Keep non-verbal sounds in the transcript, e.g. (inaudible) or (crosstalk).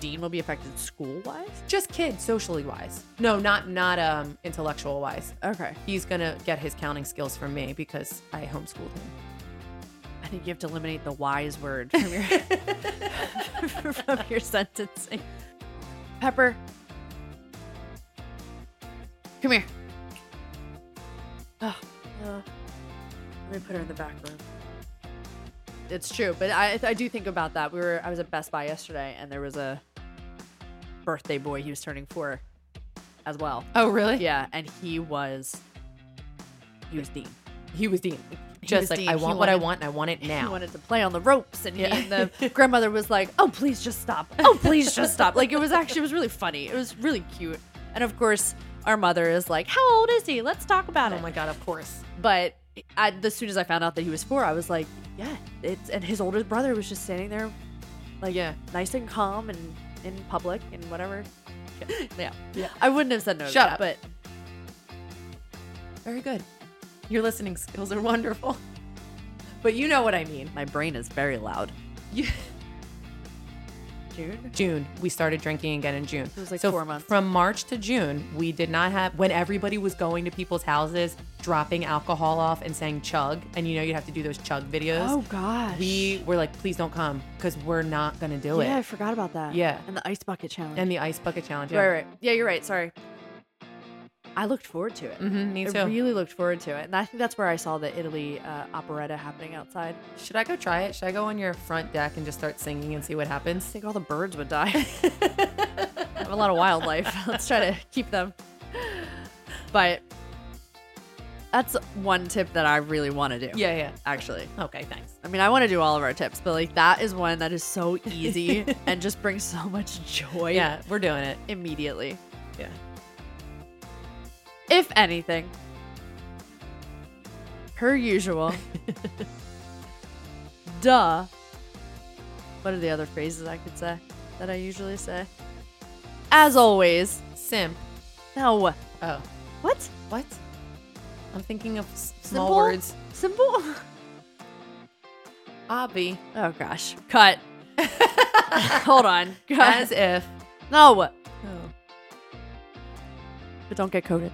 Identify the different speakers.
Speaker 1: teen will be affected school wise?
Speaker 2: Just kids, socially wise. No, not not um intellectual wise. Uh,
Speaker 1: Okay.
Speaker 2: He's gonna get his counting skills from me because I homeschooled him.
Speaker 1: I think you have to eliminate the wise word from your from your (laughs) sentencing. Pepper. Come here. Oh, no. Let me put her in the back room. It's true, but I I do think about that. We were I was at Best Buy yesterday and there was a birthday boy he was turning 4 as well.
Speaker 2: Oh really? Yeah.
Speaker 1: Yeah, and he was he was Dean.
Speaker 2: He was Dean.
Speaker 1: He
Speaker 2: Just
Speaker 1: was
Speaker 2: like
Speaker 1: Dean.
Speaker 2: I
Speaker 1: He
Speaker 2: want what I
Speaker 1: wanted-
Speaker 2: want and I want it
Speaker 1: (laughs) He
Speaker 2: now.
Speaker 1: wanted to play on the ropes, and, he-
Speaker 2: Yeah.
Speaker 1: and the (laughs) grandmother was like, "Oh, please just stop! Oh, please just stop!" Like it was actually it was really funny. It was really cute, and of course, our mother is like, "How old is he? Let's talk about
Speaker 2: oh
Speaker 1: it."
Speaker 2: my god, of course.
Speaker 1: But I, as soon as I found out that he was four, I was like, "Yeah." It's and his older brother was just standing there, like
Speaker 2: Yeah.
Speaker 1: nice and calm and in public and whatever. Yeah,
Speaker 2: Yeah.
Speaker 1: I wouldn't have said no. to
Speaker 2: Shut
Speaker 1: that,
Speaker 2: up.
Speaker 1: But
Speaker 2: Very good. Your listening skills
Speaker 1: (laughs)
Speaker 2: are wonderful. But you know what I mean.
Speaker 1: my brain is very loud.
Speaker 2: You-
Speaker 1: June.
Speaker 2: June, we started drinking again in June. It
Speaker 1: was like
Speaker 2: so
Speaker 1: four
Speaker 2: f-
Speaker 1: months.
Speaker 2: From March to June, we did not have when everybody was going to people's houses, dropping alcohol off and saying chug, and you know you'd have to do those chug videos.
Speaker 1: Oh gosh.
Speaker 2: We were like, please don't come because we're not gonna do
Speaker 1: yeah, I
Speaker 2: it.
Speaker 1: forgot about that.
Speaker 2: Yeah.
Speaker 1: And the ice bucket challenge.
Speaker 2: And the ice bucket challenge.
Speaker 1: Right, right. Yeah, you're right. Sorry. I looked forward to it.
Speaker 2: Mm-hmm, me
Speaker 1: I
Speaker 2: too.
Speaker 1: really looked forward to it. And I think that's where I saw the Italy uh, operetta happening outside.
Speaker 2: Should I go try it? Should I go on your front deck and just start singing and see what
Speaker 1: I
Speaker 2: happens?
Speaker 1: think all the birds would die. I have a lot of wildlife. (laughs) Let's try to keep them. But that's one tip that I really want to do.
Speaker 2: (laughs) Yeah,
Speaker 1: Actually.
Speaker 2: yeah. Okay, thanks.
Speaker 1: I mean, I want to do all of our tips, but like that is one that is so
Speaker 2: (laughs)
Speaker 1: easy and just brings so much joy
Speaker 2: Yeah, we're doing it.
Speaker 1: immediately.
Speaker 2: Yeah.
Speaker 1: if anything, per
Speaker 2: (laughs)
Speaker 1: usual. duh. What are the other phrases I could say that I usually say? As always.
Speaker 2: Simp.
Speaker 1: No.
Speaker 2: Oh,
Speaker 1: What?
Speaker 2: what? I'm thinking of s- small
Speaker 1: Simple?
Speaker 2: words. Ah,
Speaker 1: Simple.
Speaker 2: (laughs) Obby.
Speaker 1: Oh gosh.
Speaker 2: (laughs)
Speaker 1: Cut. Hold on. Cut.
Speaker 2: As if.
Speaker 1: No.
Speaker 2: Oh.
Speaker 1: But don't get coded.